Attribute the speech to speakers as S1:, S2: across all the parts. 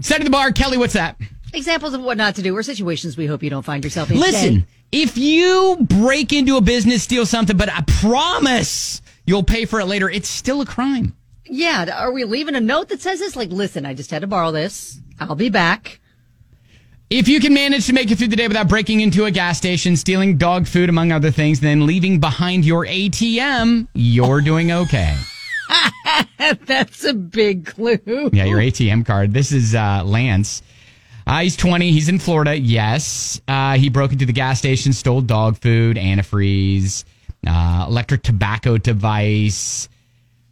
S1: Set to the bar, Kelly. What's that?
S2: Examples of what not to do or situations we hope you don't find yourself in.
S1: Listen,
S2: today.
S1: if you break into a business, steal something, but I promise you'll pay for it later, it's still a crime.
S2: Yeah, are we leaving a note that says this? Like, listen, I just had to borrow this. I'll be back.
S1: If you can manage to make it through the day without breaking into a gas station, stealing dog food, among other things, then leaving behind your ATM, you're doing okay.
S2: That's a big clue.
S1: Yeah, your ATM card. This is uh, Lance. Uh, he's 20. He's in Florida. Yes. Uh, he broke into the gas station, stole dog food, antifreeze, uh, electric tobacco device.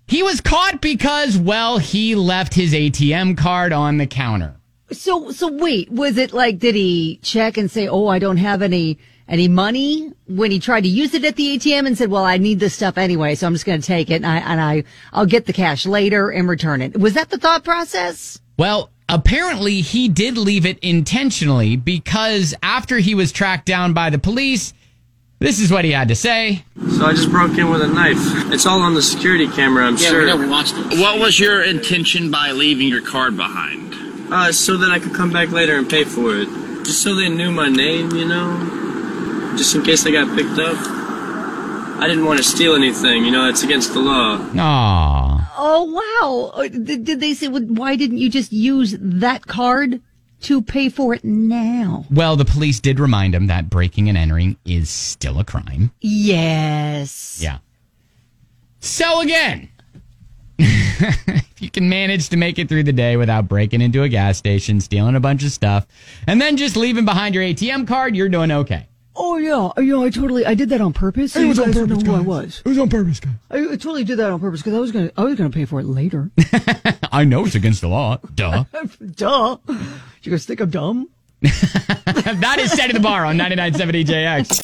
S1: He was caught because, well, he left his ATM card on the counter.
S2: So, so wait, was it like, did he check and say, oh, I don't have any, any money when he tried to use it at the ATM and said, well, I need this stuff anyway. So I'm just going to take it and I, and I, I'll get the cash later and return it. Was that the thought process?
S1: Well, apparently he did leave it intentionally because after he was tracked down by the police, this is what he had to say.
S3: So I just broke in with a knife. It's all on the security camera, I'm
S4: Yeah,
S3: sure.
S4: we know we watched it. What was your intention by leaving your card behind?
S3: Uh, so that I could come back later and pay for it. Just so they knew my name, you know? Just in case they got picked up. I didn't want to steal anything, you know, it's against the law.
S1: Aww.
S2: Oh, wow. Uh, Did, did they say, well, why didn't you just use that card to pay for it now?
S1: Well, the police did remind him that breaking and entering is still a crime.
S2: Yes.
S1: Yeah. So again, if you can manage to make it through the day without breaking into a gas station, stealing a bunch of stuff, and then just leaving behind your ATM card, you're doing okay.
S2: Oh yeah, Oh, yeah. I totally, I did that on purpose. so you guys don't know who I was.
S1: It was on purpose, guys.
S2: I, I totally did that on purpose because I was gonna, I was gonna pay for it later.
S1: I know it's against the law. Duh.
S2: Duh. You guys think I'm dumb?
S1: that is set at the bar on 99.70 JX.